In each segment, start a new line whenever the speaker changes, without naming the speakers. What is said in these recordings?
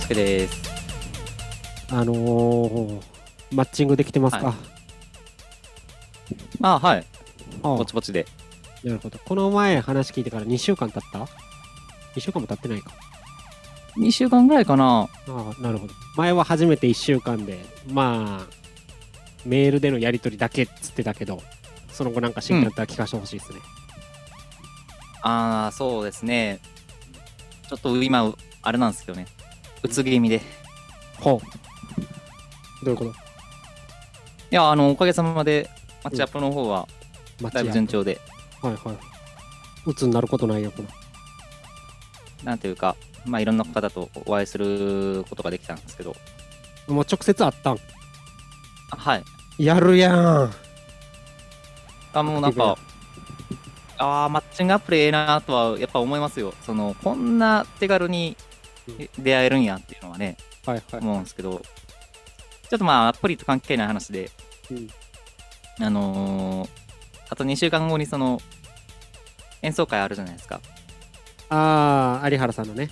介です。
あのー、マッチングできてますか、
はあ、はい。
ああ
ぼちぼちで。
なるほど。この前話聞いてから2週間経った ?2 週間も経ってないか。
2週間ぐらいかな。
ああ、なるほど。前は初めて1週間で、まあ、メールでのやり取りだけっつってたけど、その後なんか進化だったら聞かせてほしいですね。
ああ、そうですね。ちょっと今、あれなんですけどね。うつ気味で。い
ほう。どういうこと
や、あの、おかげさまで、マッチアップの方は、
マッチ
だいぶ順調で、
はいはい。鬱になることないよ、この。
なんていうか、まあ、いろんな方とお会いすることができたんですけど、
もう直接会ったん。
あはい。
やるやん。
あもうなんか、ああ、マッチングアプリええなとは、やっぱ思いますよ。その、こんな手軽にえ出会えるんやっていうのはね、
はいはい。
思うんですけど、ちょっとまあ、アプリと関係ない話で、
うん
あのーあと2週間後にその、演奏会あるじゃないですか。
ああ、有原さんのね。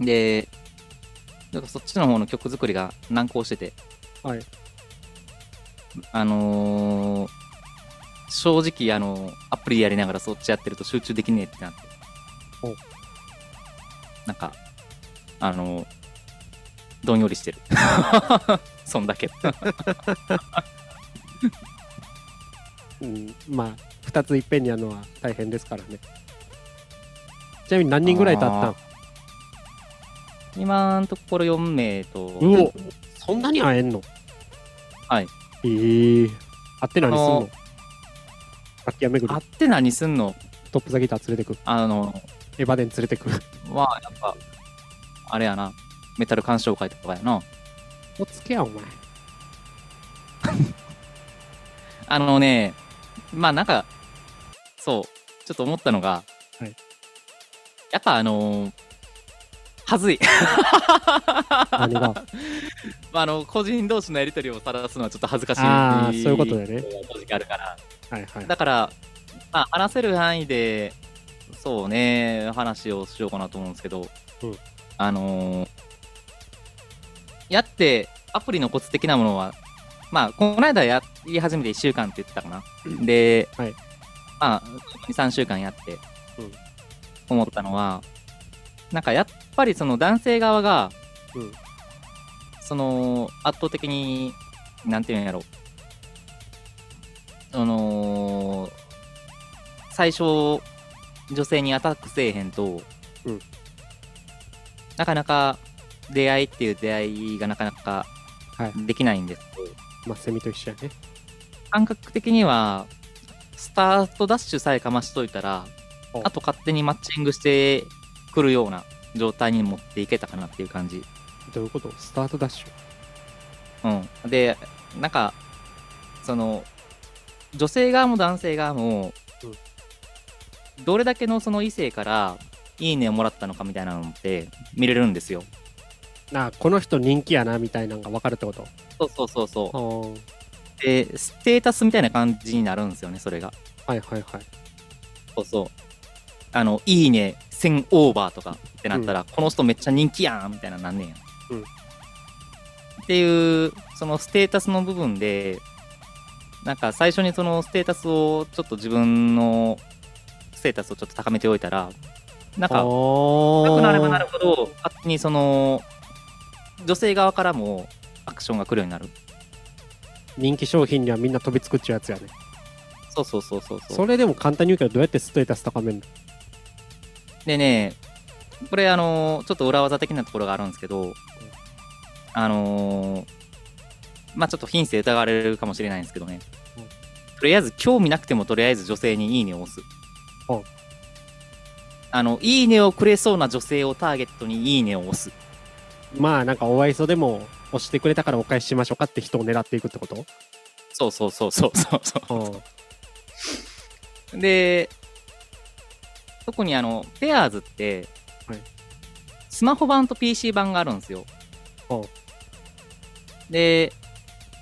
で、なんかそっちの方の曲作りが難航してて、
はい。
あのー正直、あのアプリやりながらそっちやってると集中できねえってなって
お。
なんか、あのーどんよりしてる。 そんだけ。
うん、まあ2ついっぺんにやるのは大変ですからねちなみに何人ぐらい経った
あ
ん
ー今のところ4名と、
うおそんなに会えんの
はい
ええー、会って何すん
あ
の
の
楽器屋巡り
あって何すんの
トップザギター連れてく
あの、
エヴァデン連れてく
まあやっぱ、あれやな、メタル鑑賞会とかやな。
おつけやお 前
あのね、まあなんか、そう、ちょっと思ったのが、
はい
やっぱあのーはずい。
何が
まああの、個人同士のやりとりを晒すのはちょっと恥ずかしい。
あーそういうことだよね。
正直あるから。
はいはい
だから、まあ、話せる範囲で、そうね、話をしようかなと思うんですけど、
うん
あのーやって、アプリのコツ的なものは、まあ、この間やり始めて1週間って言ってたかな。で、
はい
まあ、2、3週間やって
うん、
思ったのは、なんかやっぱりその男性側が、
うん
その圧倒的に、なんていうんやろその最初女性にアタックせえへんと、
うん
なかなか出会いっていう出会いがなかなか
はい
できないんですけど、
まあセミと一緒やね
感覚的にはスタートダッシュさえかましといたら
お
あと勝手にマッチングしてくるような状態に持っていけたかなっていう感じ
どういうことスタートダッシュ
うん、でなんかその女性側も男性側も、どれだけのその異性から「いいね」をもらったのかみたいなのって見れるんですよ。
なあこの人人気やなみたいなのが分かるってこと
そうそうそうそ
は
う。でステータスみたいな感じになるんですよねそれが。
あはいはいはい
そうそう。あの「いいね」1000オーバーとかってなったら、この人めっちゃ人気やんみたいななんねんや。
うん
っていうそのステータスの部分でなんか最初にそのステータスをちょっと自分のステータスをちょっと高めておいたらなんか高くなればなる
あ
ほど勝手にその女性側からもアクションが来るようになる。
人気商品にはみんな飛びつくっちゅうやつやね
そうそうそうそうそう
それでも簡単に言うけどどうやってステータス高めんの
でね、これ、あのーちょっと裏技的なところがあるんですけど、あのーまあちょっと品性疑われるかもしれないんですけどね
うん、
とりあえず興味なくても、とりあえず女性にいいねを押す
うん。
あの、いいねをくれそうな女性をターゲットにいいねを押す。
まあなんかお愛想でも押してくれたからお返ししましょうかって人を狙っていくってこと
そうそうそうそうそうそう。
は
で、特にあの、ペアーズって、
はい
スマホ版と PC 版があるんですよ
ほ。
で、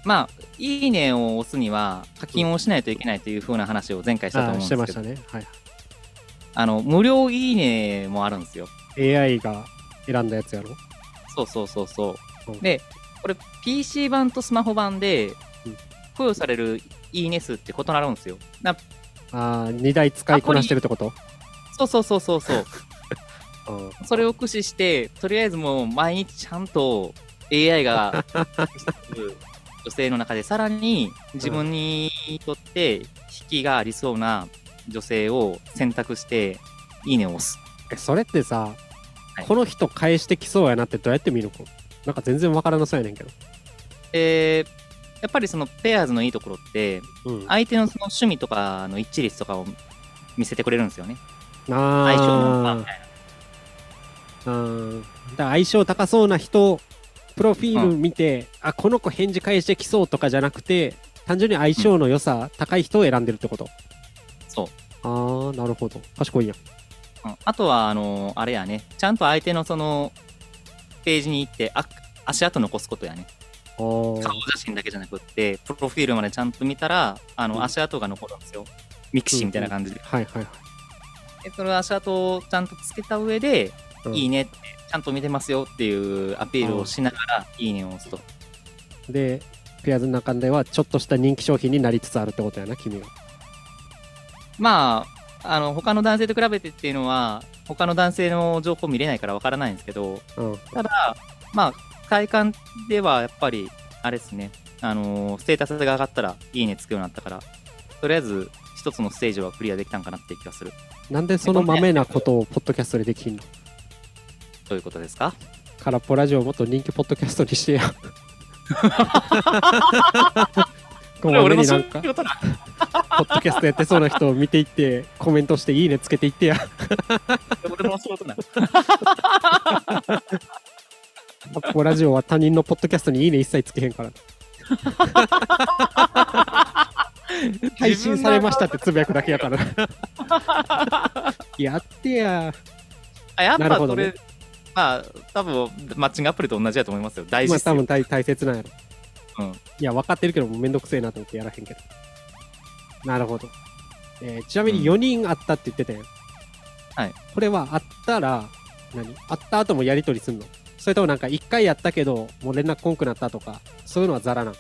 まあ、いいねを押すには課金をしないといけないというふうな話を前回したと思うんで
し
す
て
けど、
ま
あ
したね、はい、
の無料いいねもあるんですよ。
AI が選んだやつやろ
そうそうそうそうう。
ん
で、これ PC 版とスマホ版で
うん
付与されるいいね数って異なるんですよ。な
ああ2台使いこなしてるってこと
そうそうそうそうそう。
うん
それを駆使して、とりあえずもう毎日ちゃんと AI が女性の中でさらに自分にとって引きがありそうな女性を選択して、いいねを押す。
えそれってさ、
はい
この人返してきそうやなってどうやって見るのなんか全然わからなそうやねんけど、
でやっぱりそのペアーズのいいところって、
うん、
相手のその趣味とかの一致率とかを見せてくれるんですよね。相性の
あーうんだから相性高そうな人プロフィール見て、あこの子返事返してきそうとかじゃなくて単純に相性の良さ、高い人を選んでるってこと
そう。
ああなるほど賢いやん
うんあとは、あのあれやね、ちゃんと相手のその、ページに行って、あ足跡残すことやね。
あー
顔写真だけじゃなくって、プロフィールまでちゃんと見たら、あ
う
の、
ん
足跡が残るんですよ。ミクシーみたいな感じで。
はいはいはい
でその足跡をちゃんとつけた上で、
うん
いいねって、ちゃんと見てますよっていうアピールをしながら、いいねを押すと。
でペアーズの中ではちょっとした人気商品になりつつあるってことやな君は
まあ、あの、他の男性と比べてっていうのは、他の男性の情報見れないからわからないんですけど、
うん
ただ、まあ、体感ではやっぱり、あれですね、あのーステータスが上がったら、いいねつくようになったから、とりあえず、一つのステージはクリアできたんかなっていう気がする
なんでそのまめなことをポッドキャストでできんの
ということですか
空っぽラジオをもっと人気ポッドキャストにして や。こう目になんか、ポ
事だ
ッドキャストやってそうな人を見ていって、コメントしていいねつけていってや。
俺の仕事だ
空っぽラジオは他人のポッドキャストにいいね一切つけへんから。配信されましたってつぶやくだけやから。やってや。
あやっ
なる
ぱ
ほ
そ
ど
れ、
ね
まあ多分マッチングアプリと同じだと思いますよ大事
まあ
ですよ、
多分大大切なんやろ。
うん
いや、分かってるけど、もうめんどくせえなと思ってやらへんけど。なるほど。えーちなみ
う
に
ん
4人あったって言ってたやん。
はい。
これはあったら、何あった後もやりとりすんのそれともなんか1回やったけど、もう連絡こんくなったとか、そういうのはザラなん。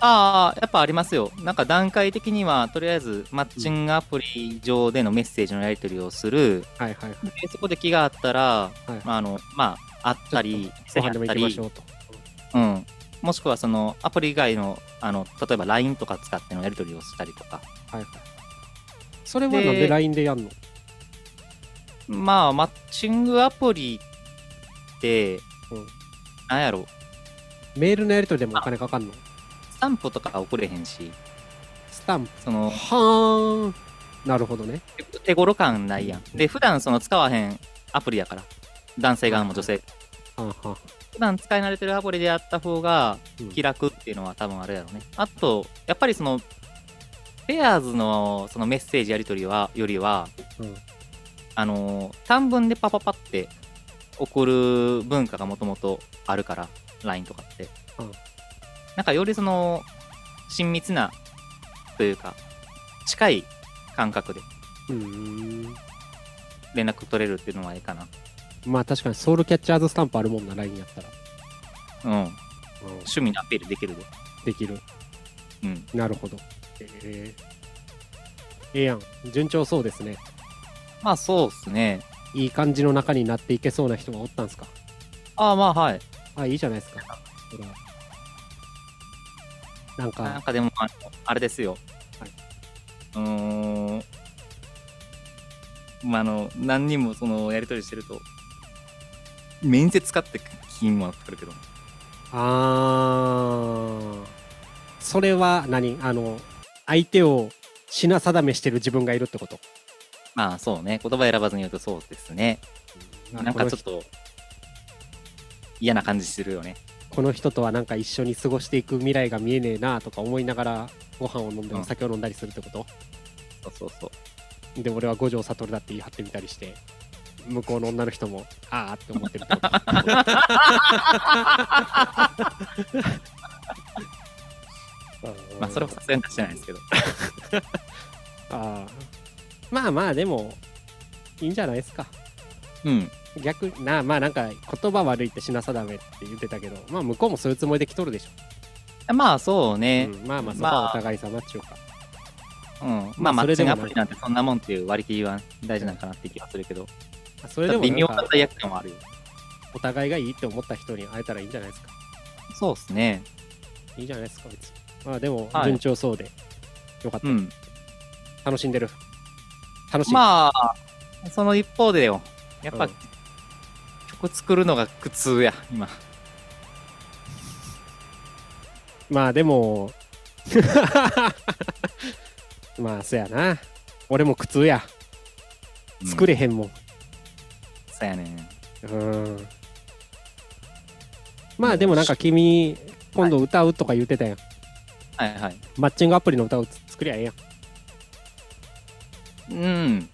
ああやっぱありますよなんか段階的にはとりあえずマッチングアプリ上でのメッセージのやり取りをする、
はいはいはい。
でそこで気があったら、
はい
まああのまあ、あったり、
ご飯でも行きましょ
う、
うと。
うん、もしくはそのアプリ以外のあの例えば LINE とか使ってのやり取りをしたりとか、
はいはい。それはなん
で
で LINE でやんの
まあ、マッチングアプリって、
うん
なんやろ、
メールのやりとりでもお金かかんの
スタンプとか送れへんし、
スタンプ。
そ
は
の
ーん。なるほどね。
手手頃感ないやん。で、普段その使わへんアプリやから、男性側も女性、
はんはん
普段使い慣れてるアプリでやった方が、
うん
気楽っていうのは多分あれだろうね。あと、やっぱりその、ペアーズのそのメッセージやり取りは、よりは、
うん
あのー、短文でパパパって送る文化がもともとあるから、LINE とかって。
うん
なんかよりその、親密な、というか、近い感覚で
うーん。
連絡取れるっていうのはいいかな。
まあ確かにソウルキャッチャーズスタンプあるもんな、LINE やったら。
うん。趣味のアピールできるで。
できる。
うん。
なるほど。ええええやん。順調そうですね。
まあそうっすね。
いい感じの中になっていけそうな人がおったんすか。
ああまあはい。
あ、いいじゃないですか。ほら。なん
なん
か、
かでも、あのあれですよ。
はいう
ーん。まあ、あの、何人もそのやり取りしてると、面接かって金もかかるけど、
あー。それは何あの、相手を品定めしてる自分がいるってこと。
まあそうね、言葉選ばずに言うとそうですね。なんかちょっと、嫌な感じするよね。
この人とはなんか一緒に過ごしていく未来が見えねえなとか思いながらご飯を飲んで
う
お
ん
酒を飲んだりするってこと、
そうそうそう。
で俺は五条悟だって言い張ってみたりして向こうの女の人もああって思ってるってこと
まあそれはさすがに出してないですけど。
あーまあまあでもいいんじゃないですか
うん。
逆になまあなんか言葉悪いって品定めって言ってたけどまあ向こうもそういうつもりで来とるでしょ、
まあそうね、
うんまあまあそこはお互い様っちゅうか、
うん、
ま
ま
あ
あマ
それで
ッチン
も
グアプリなんてそんなもんっていう割り切りは大事なのかなって気がするけど、
それでも
微妙
なん
な
か
罪悪感はあるよ。
お互いがいいって思った人に会えたらいいんじゃないですか
そうっすね。
いいじゃないですか別にまあでも
はい
順調そうで、よかった、
うん。
楽しんでる楽しい、
まあ、その一方でよ、やっぱ、
うん
曲作るのが苦痛や、今。
まあでも まあそやな俺も苦痛や作
れ。
れへんもん
そうやねん。
うんまあでもなんか君今度歌うとか言ってたやん、
はいはい。
マッチングアプリの歌をつ作りゃええやん
うん。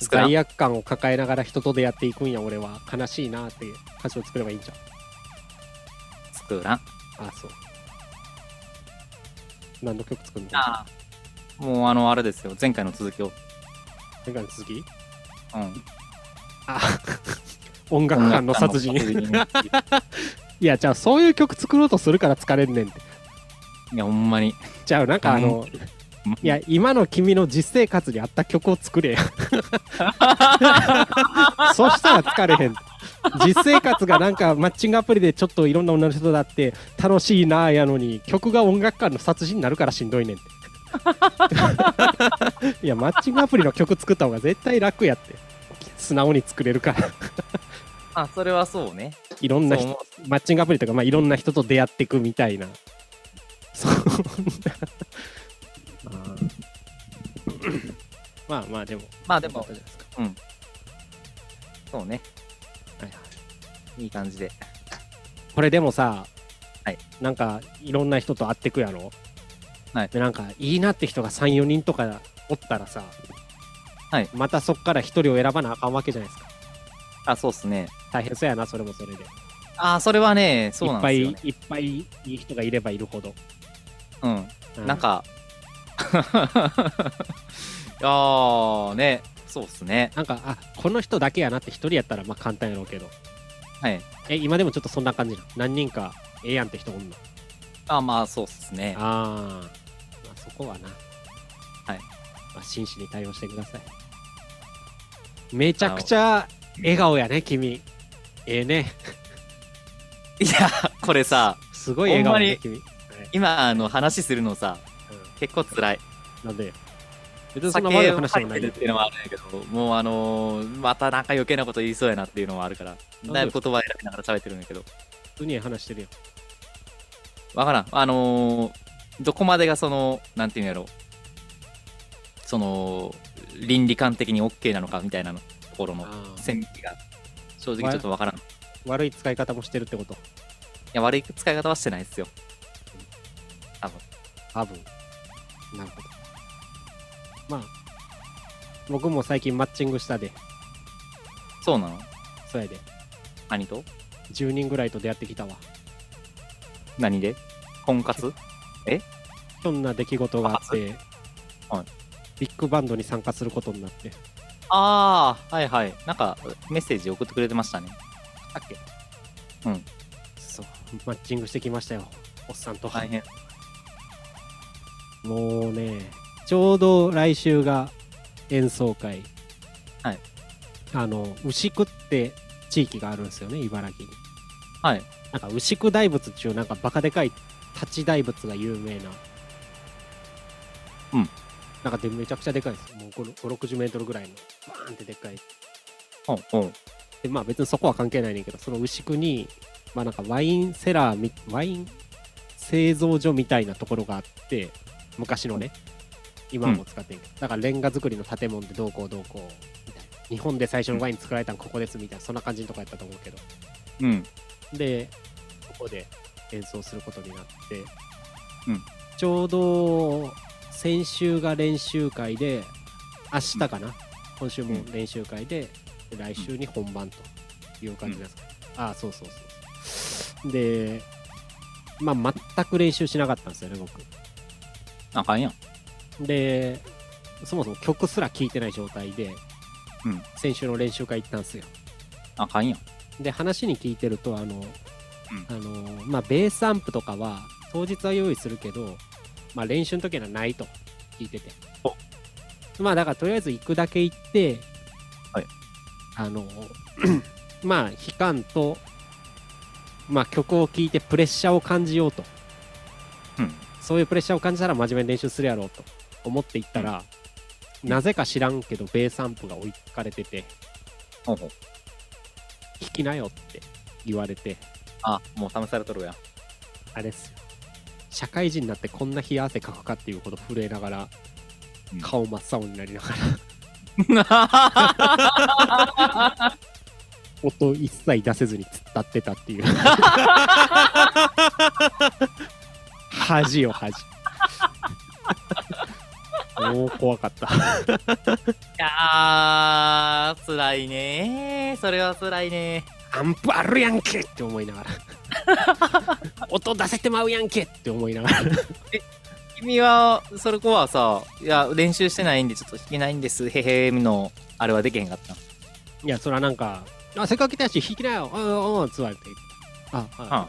作らん
罪悪感を抱えながら人と出会っていくんや俺は悲しいなっていう歌詞を作ればいいんじゃ
作らん。
んああそう何の曲作るの
ああ。もうあの、あれですよ、前回の続きを。
前回の続き
うん。
あ音楽班の殺人いやじゃあそういう曲作ろうとするから疲れんねんって
いや、ほんまに。
じゃあなんかあの、いや今の君の実生活に合った曲を作れやそしたら疲れへん実生活がなんかマッチングアプリでちょっといろんな女の人だって楽しいなあやのに曲が音楽館の殺人になるからしんどいねんっていやマッチングアプリの曲作った方が絶対楽やって素直に作れるから
あ、それはそうね。
いろんな
そう
人
思
マッチングアプリとか、まあ、いろんな人と出会っていくみたいなそんなあーまあまあでも
まあでも
よかったじゃないですか
うそうね。
はいはい
いい感じで。
これでもさ、
はい
なんかいろんな人と会ってくやろ、
はい
でなんかいいなって人が34人とかおったらさ、
はい
またそっから1人を選ばなあかんわけじゃないですか
あ、そうっすね。
大変そうやなそれもそれで
あ、それはね、そうなんですよ、ね。
いっぱいいっぱいいい人がいればいるほど、
うん。
う
な んか、ああ、ね、そうっすね。
なんかあこの人だけやなって1人やったらまあ簡単やろうけど
はい。
え今でもちょっとそんな感じなの何人かええやんって人おんの
あまあ、そうっすね。
あー、まあそこはな
はい、
まあ、真摯に対応してくださいめちゃくちゃ笑顔やね君ええね
いや、これさ、
すごい笑顔やね君、はい
今、あの、話するのさ、
う
結構辛い。
ん、なんで別
お
にそんな悪い
酒を
話
入
でも
っ
な
て
い
る
よ
っていうのもあるんやけど、もうあのーまたなんか余計なこと言いそうやなっていうのもあるから、
で
だいぶ言葉選びながら喋ってるんやけど、
普通にええ話してるよ
わからん。あのーどこまでがその、なんていうんやろ、その、倫理観的に OK なのかみたいなのところの
あー
線引きが、正直ちょっとわからん。い
悪い使い方もしてるってこと
や、悪い使い方はしてないですよ。多分。
多分なるほどまあ僕も最近マッチングしたで
そうなの
それで
何と
10人ぐらいと出会ってきたわ
何で婚活
ひょんな出来事があって、
はい
ビッグバンドに参加することになって
ああ、はいはい。なんか、メッセージ送ってくれてましたね。だっけ
そうマッチングしてきましたよおっさんと、
大変。
もうねちょうど来週が演奏会
はい
あの牛久って地域があるんですよね茨城に
はい。
なんか牛久大仏中なんかバカでかい立ち大仏が有名な
うん
なんかでめちゃくちゃでかいですもう5 6 0メートルぐらいのバーンってでっかい
おうおう。
でまあ別にそこは関係ないねんけどその牛久にまあなんかワインセラーみワイン製造所みたいなところがあって昔のね今はもう使ってんけど、だからレンガ造りの建物でどうこうどうこうみたいな日本で最初のワイン作られたのここですみたいなそんな感じのとこやったと思うけど
うん。
でそこで演奏することになって、
うん
ちょうど先週が練習会で明日かな、今週も練習会で、で来週に本番という感じなんですか、ああそうそうそうでまあ全く練習しなかったんですよね僕
あかんやん。
でそもそも曲すら聴いてない状態で
うん
先週の練習会行ったんですよ。
あかんやん
で話に聞いてるとあの、あのまあ、ベースアンプとかは当日は用意するけど、まあ、練習の時にはないと聞いててまあだからとりあえず行くだけ行って、
はい
あの まあ期間と、まあ、曲を聴いてプレッシャーを感じようと
うん
そういうプレッシャーを感じたら真面目に練習するやろうと思って行ったら、
うん
なぜか知らんけどベースアンプが置いてかれてて
ほうほう
弾きなよって言われて
あもう試されとる やん
あれっすよ社会人になってこんな冷や汗かくかっていうほど震えながら
うん
顔真っ青になりながら 音一切出せずに突っ立ってたっていう恥よ恥もう怖かった
いやー、辛いねー。それは辛いね
アンプあるやんけって思いながら 音出せてまうやんけって思いながら
ー。君は、それこはさ、いや、練習してないんで、ちょっと弾けないんです。へへーの、あれはできへんかった。
いやそれはなんか「あせっかく来たし弾きなようんうんうん」つわれて「あは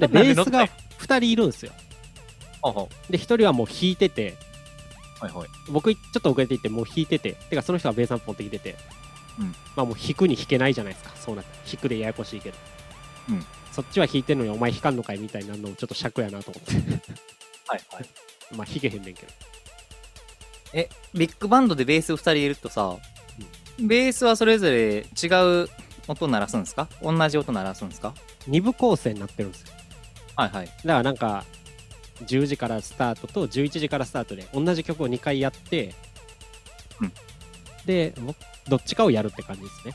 い」 でベ
なんで
ー
乗っ
ス
たん
が
や
2人いるんですよ
ほうほ
で1人はもう弾いてて
う。はいはい。
僕ちょっと遅れていってもう弾いてててかその人がベースアンプ持ってきてて、
うん
まあもう弾くに弾けないじゃないですかそうなったら弾くでややこしいけど、
うん
そっちは弾いてんのにお前弾かんのかいみたいになるのもちょっと尺やなと思って
はいはい。
まあ弾けへんねんけど
え、ビッグバンドでベース2人いるとさ、ベースはそれぞれ違う音鳴らすんですか同じ音鳴らすんですか
2部構成になってるんですよ
はいはい。
だからなんか10時からスタートと11時からスタートで同じ曲を2回やって、
うん
で僕どっちかをやるって感じですね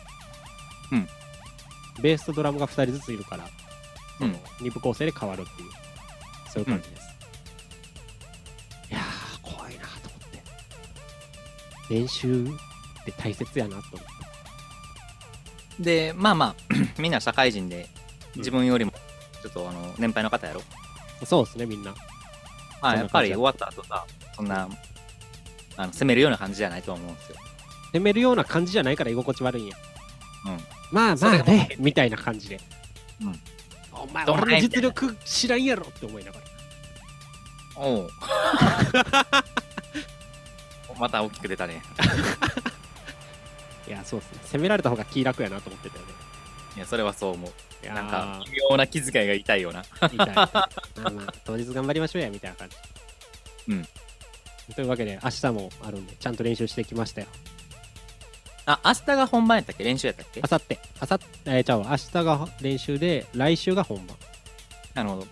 うん
ベースとドラムが2人ずついるから、
うん
2部構成で変わるっていうそういう感じです、いやー怖いなと思って練習って大切やなと思って
で、まあ まあ、みんな社会人で、自分よりも、ちょっとあの、年配の方やろ。
そうですねみんな
ま
そ
あ、
ん
や
な
っぱ
感
り
じ
終わった後さ、そんな、あの攻めるような感じじゃないと思うんですよ。
攻めるような感じじゃないから居心地悪いんや、
うん
まあ
そ
ま
れ
あ
がまあ
ねみたいな感じで、
うん
お前
どんまい
俺の実力知らんやろって思いながら
おう また大きく出たね。
いやそうですね攻められた方が気楽やなと思ってたよね
いや、それはそう思う。
いやー
なんか、微妙な気遣いが痛いよな。
みたいなまあまあ当日頑張りましょうやみたいな感じ
うん
というわけで明日もあるんでちゃんと練習してきましたよ
あ、明日が本番やったっけ練習やったっけ
あさってあさってえー、ちゃうわ明日が練習で来週が本番
なるほど。
そう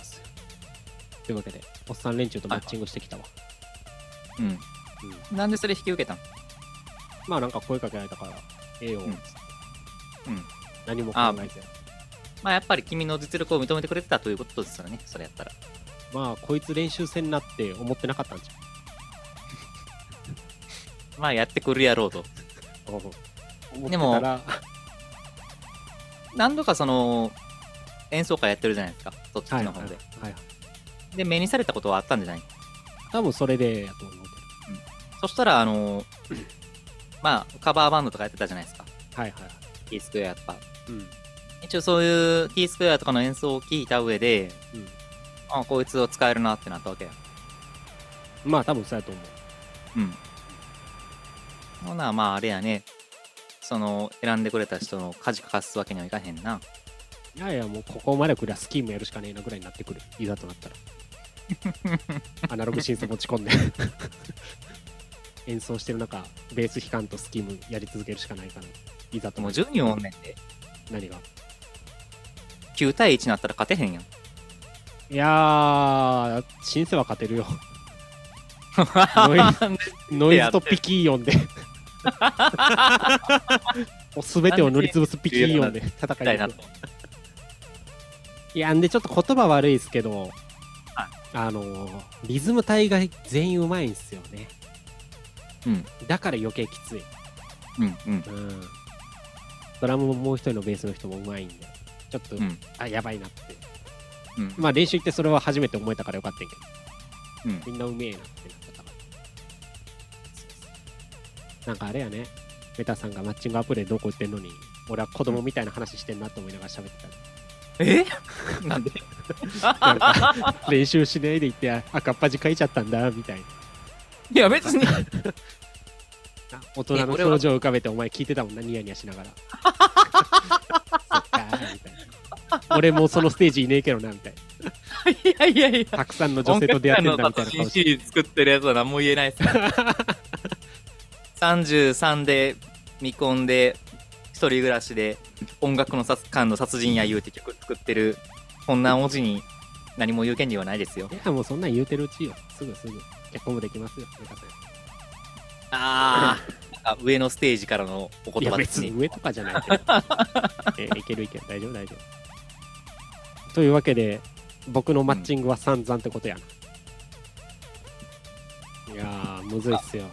っすよというわけでおっさん連中とマッチングしてきたわ、
う
うん
ん。なんでそれ引き受けたの
まあなんか声かけられたから、ええよ、
うん
つって
うん
何も考えず。
まあ、やっぱり君の実力を認めてくれてたということですよね。それやったら。
まあこいつ練習せんなって思ってなかったんじ
まあ、やってくるやろうと。
ゃん。思って
でも
たら、
何度かその、演奏会やってるじゃないですか。そっち
はい
の
は
方で。
いはい。
で、目にされたことはあったんじゃない
多分それでやと思う
そしたら、あのーまあ、カバーバンドとかやってたじゃないですか。
けど。はいはいはい。
T スクエアとか。
うん。
一応そういう T スクエアとかの演奏を聞いた上で、
うん。
あ、こいつを使えるなってなったわけや。
まあ多分そうやと思う。
うん。ほな、まああれやね。その、選んでくれた人の舵かかすわけにはいかへんな。
いやいや、もうここまで来りゃスキームやるしかねえなぐらいになってくる。いざとな ったら。アナログシンセ持ち込んで。 演奏してる中、ベース弾かんとスキームやり続けるしかないかな。いざと
も
なっ
う
たら
10人おんねんで。
何が
9対1になったら勝てへんやん。
いやー、シンセは勝てるよ。ノ イノイズとピキーヨンで。もうすべてを塗りつぶすピキーヨンで
みた
戦
い
い
な
に
と
行く。いや、んでちょっと言葉悪いですけど、
はい
あのー、リズム隊が全員うまいんすよね。
うん。
だから余計きつい。
うんう
う
ん。
ん。ドラムももう一人のベースの人もうまいんで、ちょっと、
うん
あ、やばいなって。
うん。
まあ練習行ってそれは初めて思えたからよかったんやけど。
うん
みんなうめえなってなっちゃったから。なんかあれやね、メタさんがマッチングアプリでどうこう言ってんのに、俺は子供みたいな話してんなと思いながら喋って
え なんで
た。なんか練習しないで行って赤っ恥書いちゃったんだみたい
いや別に
な。大人の
え俺は
表情を浮かべてお前聞いてたもんな、ニヤニヤしながら。そっかーみたいな。俺もそのステージいねえけどなみたいな。
いやいやいや
たくさんの女性と出会ってんだみたいな
音楽界
顔
の
して。
シリーズ作ってるやつは何も言えないですね33で未婚で一人暮らしで音楽の殺間の殺人や言うて曲作ってるこんな文字に何も言う権利はないですよ
いや、もうそんなん言うてるうちよ。すぐすぐ。結婚もできますよ、メタさん。
ああ上のステージからのお
い
言
や
葉で
別
す
に
ね
上とかじゃない けど、えーいけるいける大丈夫大丈夫というわけで僕のマッチングは散々ってことやな、いやーむずいっすよ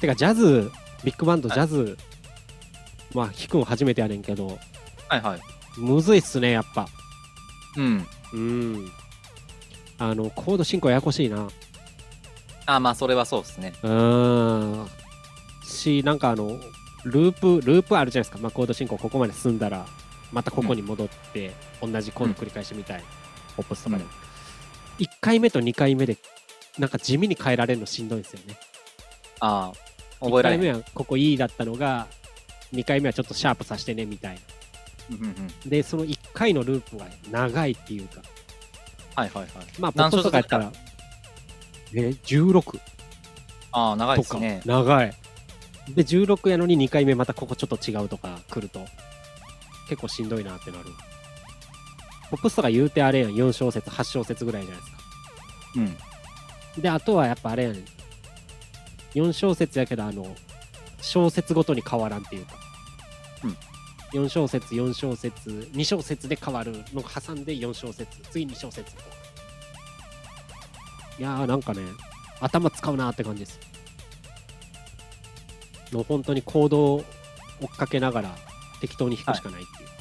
てかジャズビッグバンドジ
はい
ャズ、まあ弾くん初めてやねんけど
はいはい
むずいっすねやっぱ
うん
うんあのコード進行ややこしいな
あーまあそれはそうですね
うーんしなんかあのループループあるじゃないですか、まあ、コード進行ここまで進んだらまたここに戻って、同じコード繰り返しみたい、ポップスとかでも、1回目と2回目でなんか地味に変えられるのしんどいんですよね
ああ覚えられ
1
ない
回目はここ E だったのが2回目はちょっとシャープさせてねみたいな
うんうんうん
でその1回のループが長いっていうか
はいはいはい
まあポッ
何
プスと
小節
かやったらえ16
ああ長い
と
です
か、
ね
長いで16やのに2回目またここちょっと違うとか来ると結構しんどいなってなるポップスとか言うてあれやん4小節8小節ぐらいじゃないですか
うん
であとはやっぱあれやん4小節やけどあの小節ごとに変わらんっていうか、4小節4小節2小節で変わるのが挟んで4小節次2小節とかいやーなんかね頭使うなーって感じですの本当に行動を追っかけながら適当に弾くしかないっていう、とり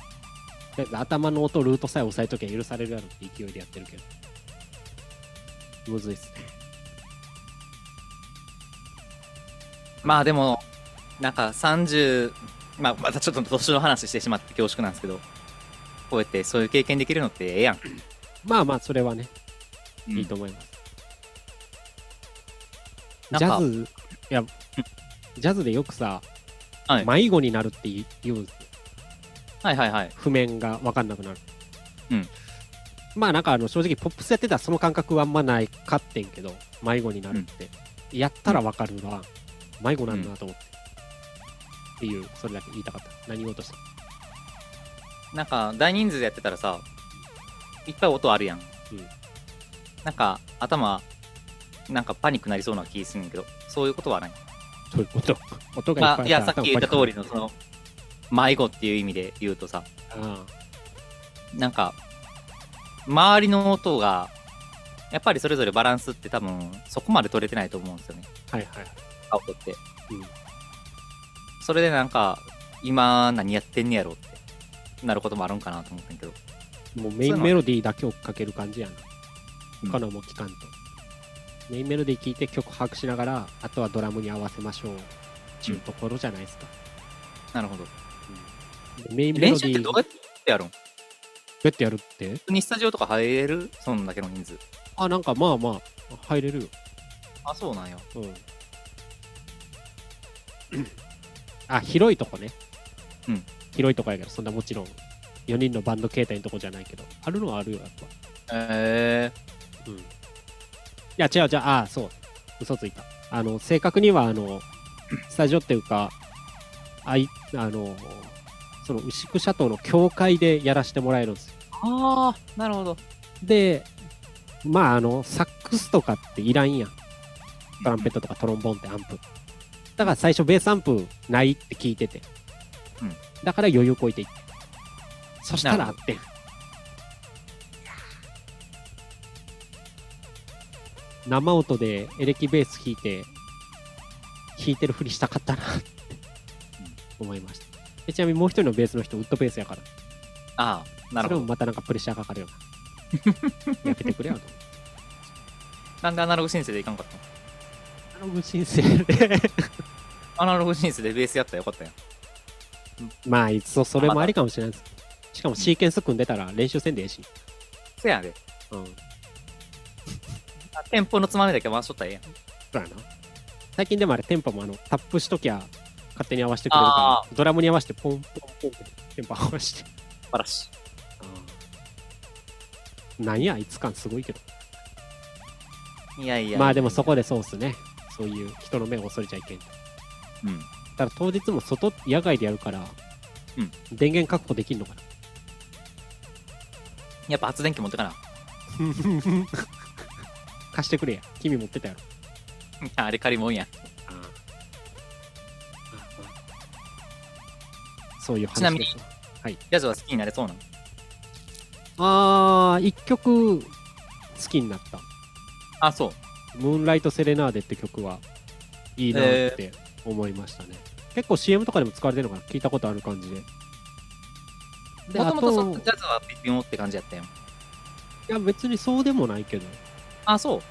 あえず頭の音ルートさえ押さえときゃ許されるやろって勢いでやってるけどむずいっすね
まあでもなんか30まあまたちょっと年の話してしまって恐縮なんですけどこうやってそういう経験できるのってええやん、
まあまあそれはねいいと思います。ジャズ、いや、ジャズでよくさ、
はい
迷子になるって言うんですよ
はいはいはい
譜面が分かんなくなる。
うん
まあなんかあの正直、ポップスやってたらその感覚はあんまないかってんけど、迷子になるって。やったら分かるのは、迷子なんだなと思って。っていう、それだけ言いたかった。何事して
なんか大人数でやってたらさいっぱい音あるやん、なんか頭なんかパニックなりそうな気すんねんけどそういうことはない
そういうこと。 音がいっ
あ
ぱい
いやさっき言った通りのその迷子っていう意味で言うとさ
あ
なんか周りの音がやっぱりそれぞれバランスって多分そこまで取れてないと思うんですよね
あはいはい。
音って、
うん
それでなんか今何やってんねやろってなることもあるんかなと思ったんやけど
もうメインメロディーだけ追っかける感じやな。
うん
他のも聞かんと。メインメロディー聞いて曲把握しながら、あとはドラムに合わせましょう。ちゅうところじゃないですか。
なるほど
でメインメロ
練
デ
習っ
ィ
て
ー
ど
どうや
うやってやるん普
ってやるって
通にスタジオとか入れるそんだけの人数
あ、なんかまあまあ、入れるよ。
あそうなんや
うん。あ、広いとこね。
うん。
広いとこやけど、そんなもちろん、4人のバンド形態のとこじゃないけど、あるのはあるよ、やっぱ。
へえ
うん。いや、違う違う、ああ、そう。嘘ついた。あの、正確には、あの、スタジオっていうか、あい、あの、その、牛久シャトーの教会でやらせてもらえるんですよ。
ああなるほど
で、まあ、あの、サックスとかっていらんやん。トランペットとかトロンボーンってアンプ。だから最初、ベースアンプないって聞いてて。
うん
だから余裕こいていって。そしたらあってん。生音でエレキベース弾いて、弾いてるふりしたかったなって思いました。でちなみにもう一人のベースの人、ウッドベースやから。
ああなる
それ
ほ
も
ど
またなんかプレッシャーかか るよな。やめてくれよと。
なんでアナログ申請でいかんかったの
アナログ申請で
アナログ人生でベースやったらよかったやん。
まあ、いっそそれもありかもしれないです。しかもシーケンス組んでたら練習せんでええし。
せやで。
うん。そ
あテンポのつまみだけ回しとったらええやん。
うやな。最近でもあれ、テンポもあの、タップしときゃ勝手に合わせてくれるから、
あ
ドラムに合わせてポンポンポンってテンポ合わせて。
素晴らしい。
なんや、あいつ感すごいけど。
いやいや。
まあでもそこでそうっすね。そういう人の目を恐れちゃいけんと。
うん。
ただ当日も外、野外でやるから、
うん
電源確保できるのかな。
やっぱ発電機持ってかな。
貸してくれや。君持ってたやろ。
いやあれ借りもんや。
そういう話
ちなみに
でした
ラジオは好きになれそうなの
あー、一曲好きになった。
あ、そう。
ムーンライトセレナーデって曲はいいなって思いましたね。結構 CM とかでも使われてるのかな聞いたことある感じで。で、
も
あ
ともとその
と
ジ、ャズは微妙って感じやったよ。
いや別にそうでもないけど、
あ、そ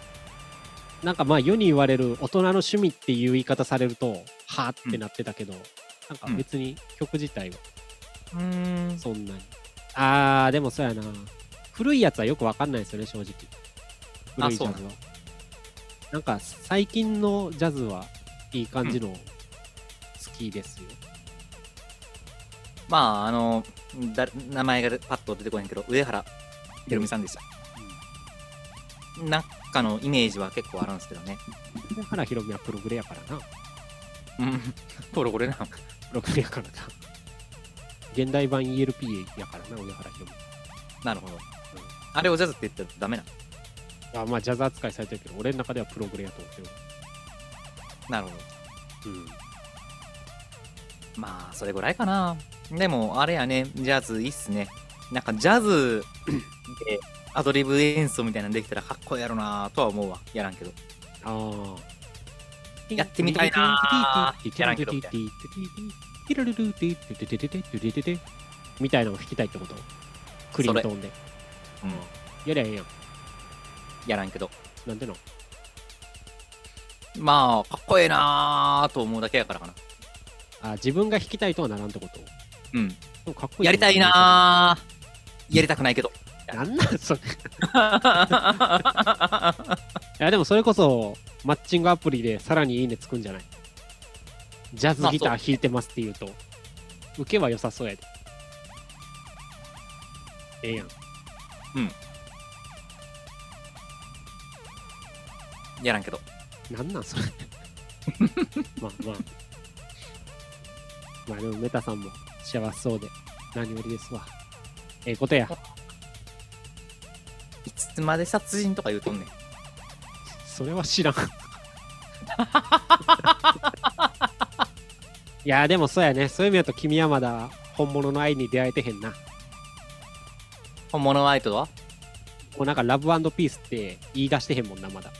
う。
なんかまあ世に言われる大人の趣味っていう言い方されると、はーってなってたけど、なんか別に曲自体は
うーん。
そんなに。あー、でもそうやな。古いやつはよくわかんないですよね、正直。古いジャ
あそ
ズは。なんか最近のジャズはいい感じの好きですよ。
まあ、あの、だ名前がパッと出てこへんけど、上原ひろみさんでした。なんかのイメージは結構あるんですけどね。
上原ひろみはプログレやからな。
うん。 これこれな。
プログレやからな。現代版 ELP やからな、上原ひろみ。
なるほど。あれをジャズって言ったらダメな。
あまあ、ジャズ扱いされてるけど、俺の中ではプログレやと思ってる。
なるほど。
うん。
まあ、それぐらいかな。でも、あれやね、ジャズいいっすね。なんか、ジャズでアドリブ演奏みたいなのできたらかっこいいやろなとは思うわ。やらんけど。
ああ。
やってみたいなーやらんけどみたい
みたいなのを弾きたいってことクリントンで。
うん。
やりゃええやん。
やらんけど。
なんでの
まあ、かっこええなと思うだけやからかな。
あ自分が弾きたいとはならんってこと
うん。
でもかっこいい。
やりたいなやりたくないけ ど。
ーなんなんそれ。い
あ
や、でもそれこそ、マッチングアプリでさらにいいねつくんじゃないジャズギター弾いてますって言うと、受けは良さそうやで。ええやん。
やらんけど。
なんなんそれまあまあまあでもメタさんも幸せそうで何よりですわええことや
いつまで殺人とか言うとんねん。
それは知らんいやでもそうやねそういう意味だと君はまだ本物の愛に出会えてへんな
本物のアイドルは
もうなんかラブピースって言い出してへんもんなまだ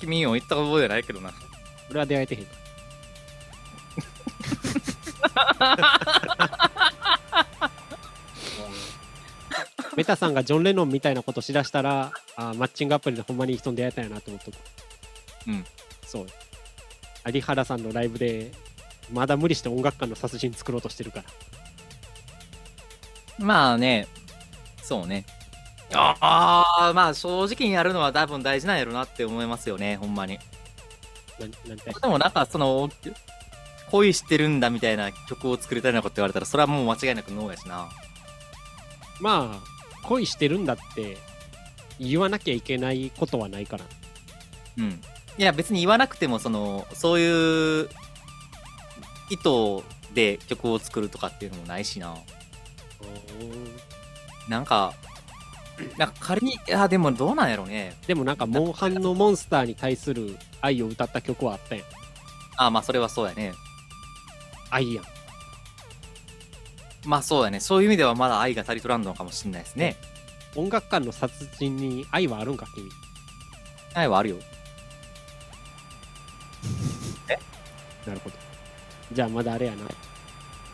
君を言った覚えないけどな。
俺は出会えてへ んからメタさんがジョン・レノンみたいなことしだしたらあーマッチングアプリでほんまにいい人に出会えたんやなと思っとく
うん
そう有原さんのライブでまだ無理して音楽家の殺人作ろうとしてるから
まあね、そうね。ああ、まあ正直にやるのは多分大事なんやろなって思いますよね、ほんまに。
なんなんて
でもなんかその、恋してるんだみたいな曲を作りたいなことって言われたら、それはもう間違いなくノーやしな。
まあ恋してるんだって言わなきゃいけないことはないから
うん。いや別に言わなくても、その、そういう意図で曲を作るとかっていうのもないしな。なんか、なんか仮に、いやでもどうなんやろね。
でもなんかモンハンのモンスターに対する愛を歌った曲はあったやん
あまあそれはそうやね。
愛やん
まあそうやね。そういう意味ではまだ愛が足りとらんのかもしれないですね。
音楽間の殺人に愛はあるんか君
愛はあるよ。
なるほどじゃあまだあれやな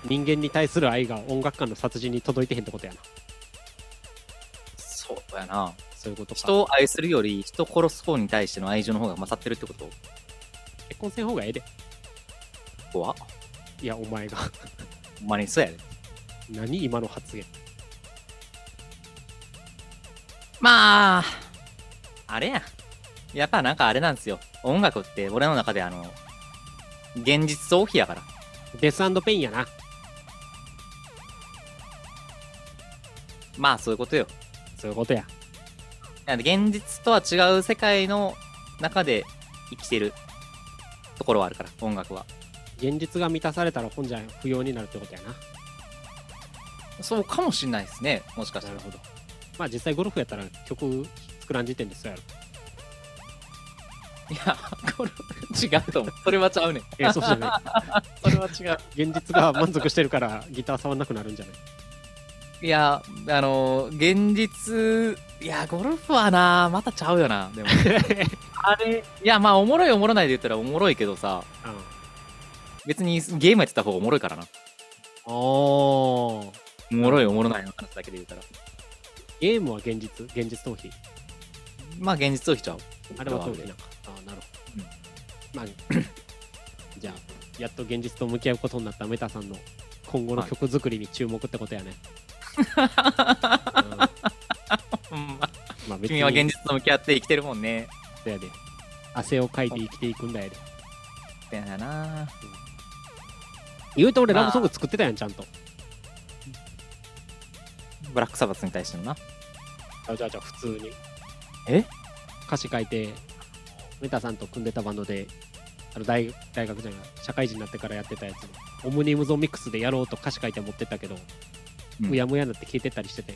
人間に対する愛が音楽間の殺人に届いてへんってことやな
そうやな。
そういうことか
人を愛するより、人殺す方に対しての愛情の方が勝ってるってこと
結婚せん方がええで
怖っ
いや、お前が。
ほんまにそうやで。
何今の発言。
まあ、あれや。やっぱなんかあれなんですよ。音楽って俺の中であの、現実逃避やから。
デスペインやな。
まあそういうことよ。
そういうことや。
なんで現実とは違う世界の中で生きてるところはあるから、音楽は。
現実が満たされたら本じゃ不要になるってことやな。
そうかもしんないですね。もしかした
な
ら
る。ほど。まあ実際ゴルフやったら曲作らん時点でそうやろ。
いや、これ違うと思う。それはちゃうねん。
えー、そうじゃない。
それは違う。
現実が満足してるからギター触んなくなるんじゃない
いや、あの現実、いや、ゴルフはな、またちゃうよな、でも。あれいや、まあ、おもろいおもろないで言ったらおもろいけどさ、
あ
別にゲームやってた方がおもろいからな。
あー。
おもろいおもろないの話だけで言ったら。
ゲームは現実現実逃避
まあ、現実をしちゃう。
あれは逃
で
避なんか。ああ、なるほ
うん
ど。まあ、じゃあ、や っと現実と向き合うことになったメタさんの今後の曲作りに注目ってことや ね。うん
うんまあ
まあ別に
君は現実と向き合って生きてるもんね。
だよね。汗をかいて生きていくんだよね。
ってやな。
言うと俺
まあ
ラブソング作ってたやん、ちゃんと。
ブラックサバスに対してのな。
じゃあじゃあじゃあ普通に。
え
歌詞書いて、メタさんと組んでたバンドで、あの大大学じゃない、社会人になってからやってたやつの、オムニムゾンミックスでやろうと歌詞書いて持ってったけど、
うん
むやむやになって消えてったりしてて、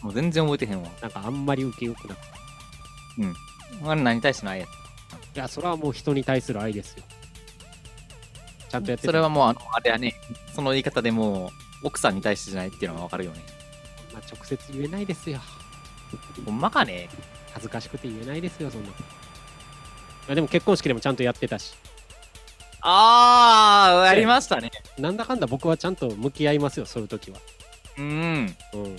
もう全然覚えてへんわ。
なんかあんまり受けよくなくて。
あれ何に対しての愛や
いや、それはもう人に対する愛ですよ。ちゃんとやってた
それはもうあのあれやねその言い方でもう奥さんに対してじゃないっていうのがわかるよね
まあ直接言えないですよ。
ほんまかね
恥ずかしくて言えないですよ、そんな。あでも結婚式でもちゃんとやってたし、
ああやりましたね
なんだかんだ僕はちゃんと向き合いますよ、そういう時は。
うん
うん。 い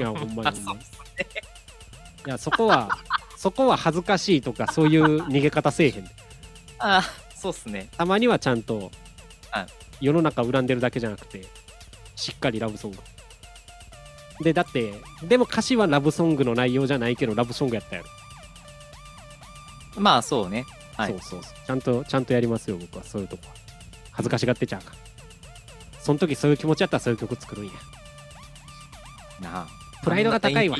や、ほんま
あ
にほん
そ
ま
う
に。いや、そこ は、そこは恥ずかしいとか、そういう逃げ方せえへんで。
あそうっすね
たまにはちゃんと
はい、
世の中恨んでるだけじゃなくて、しっかりラブソング。で、だって、でも歌詞はラブソングの内容じゃないけど、ラブソングやったやろ。
まあそうねはい
そうそうそう。ちゃんと、ちゃんとやりますよ、僕は、そういうとこは。恥ずかしがってちゃうかん。その時そういう気持ちやったらそういう曲作るんや。
なあ
プライドが高いわ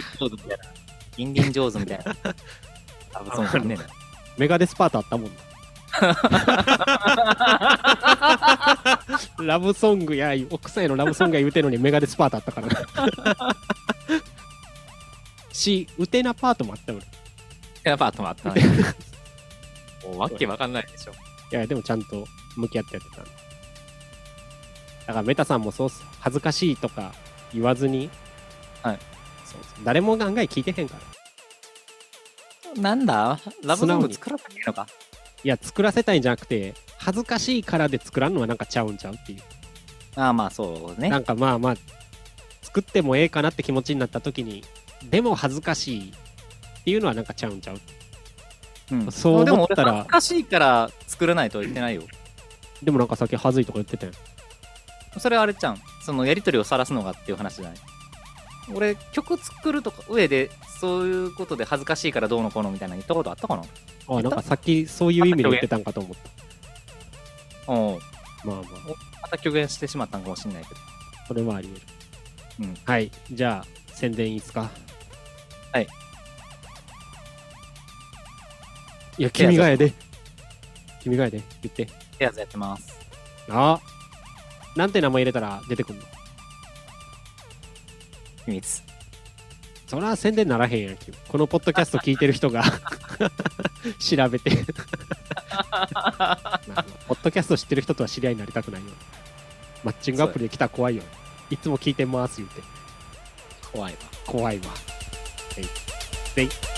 インディージョーズみたいなインディージョーズみたいなラブソングあんねんな
メガデスパートあったもんなラブソングや奥さんへのラブソングや言うてんのにメガデスパートあったからなしウテナパートもあったよ俺い
やっぱ頭あったねもうわけわかんないでしょ
やでもちゃんと向き合ってやってたんでだからメタさんもそうっす恥ずかしいとか言わずに
はい
そうそう誰も案外聞いてへんから
なんだラブソング作らなきゃいいのか
いや作らせたいんじゃなくて恥ずかしいからで作らんのはなんかちゃうんちゃうっていう
ああまあそうね
なんかまあまあ作ってもええかなって気持ちになった時にでも恥ずかしいっていうのはなんかちゃうんちゃう
うん
そう思ったら
でも俺恥ずかしいから作らないとは言ってないよ
でもなんかさっき恥ずいとか言ってたよ
それはあれちゃんそのやり取りを晒すのがっていう話じゃない俺曲作るとか上でそういうことで恥ずかしいからどうのこうのみたいなの言ったことあったかな
あなんかさっきそういう意味で言ってたんかと思った
うん
まあまあ
また虚言してしまったんかもしれないけど
これはあり得る、
うん
はいじゃあ宣伝いいっすか
はい
いや君がやで君がやで言って
ペアーズやってます
あなんて名前入れたら出てくんの
秘密
そら宣伝ならへんやんけこのポッドキャスト聞いてる人が 調べてまあまあポッドキャスト知ってる人とは知り合いになりたくないよマッチングアプリで来たら怖いよいつも聞いてます言うて
怖いわ
怖いわえいでい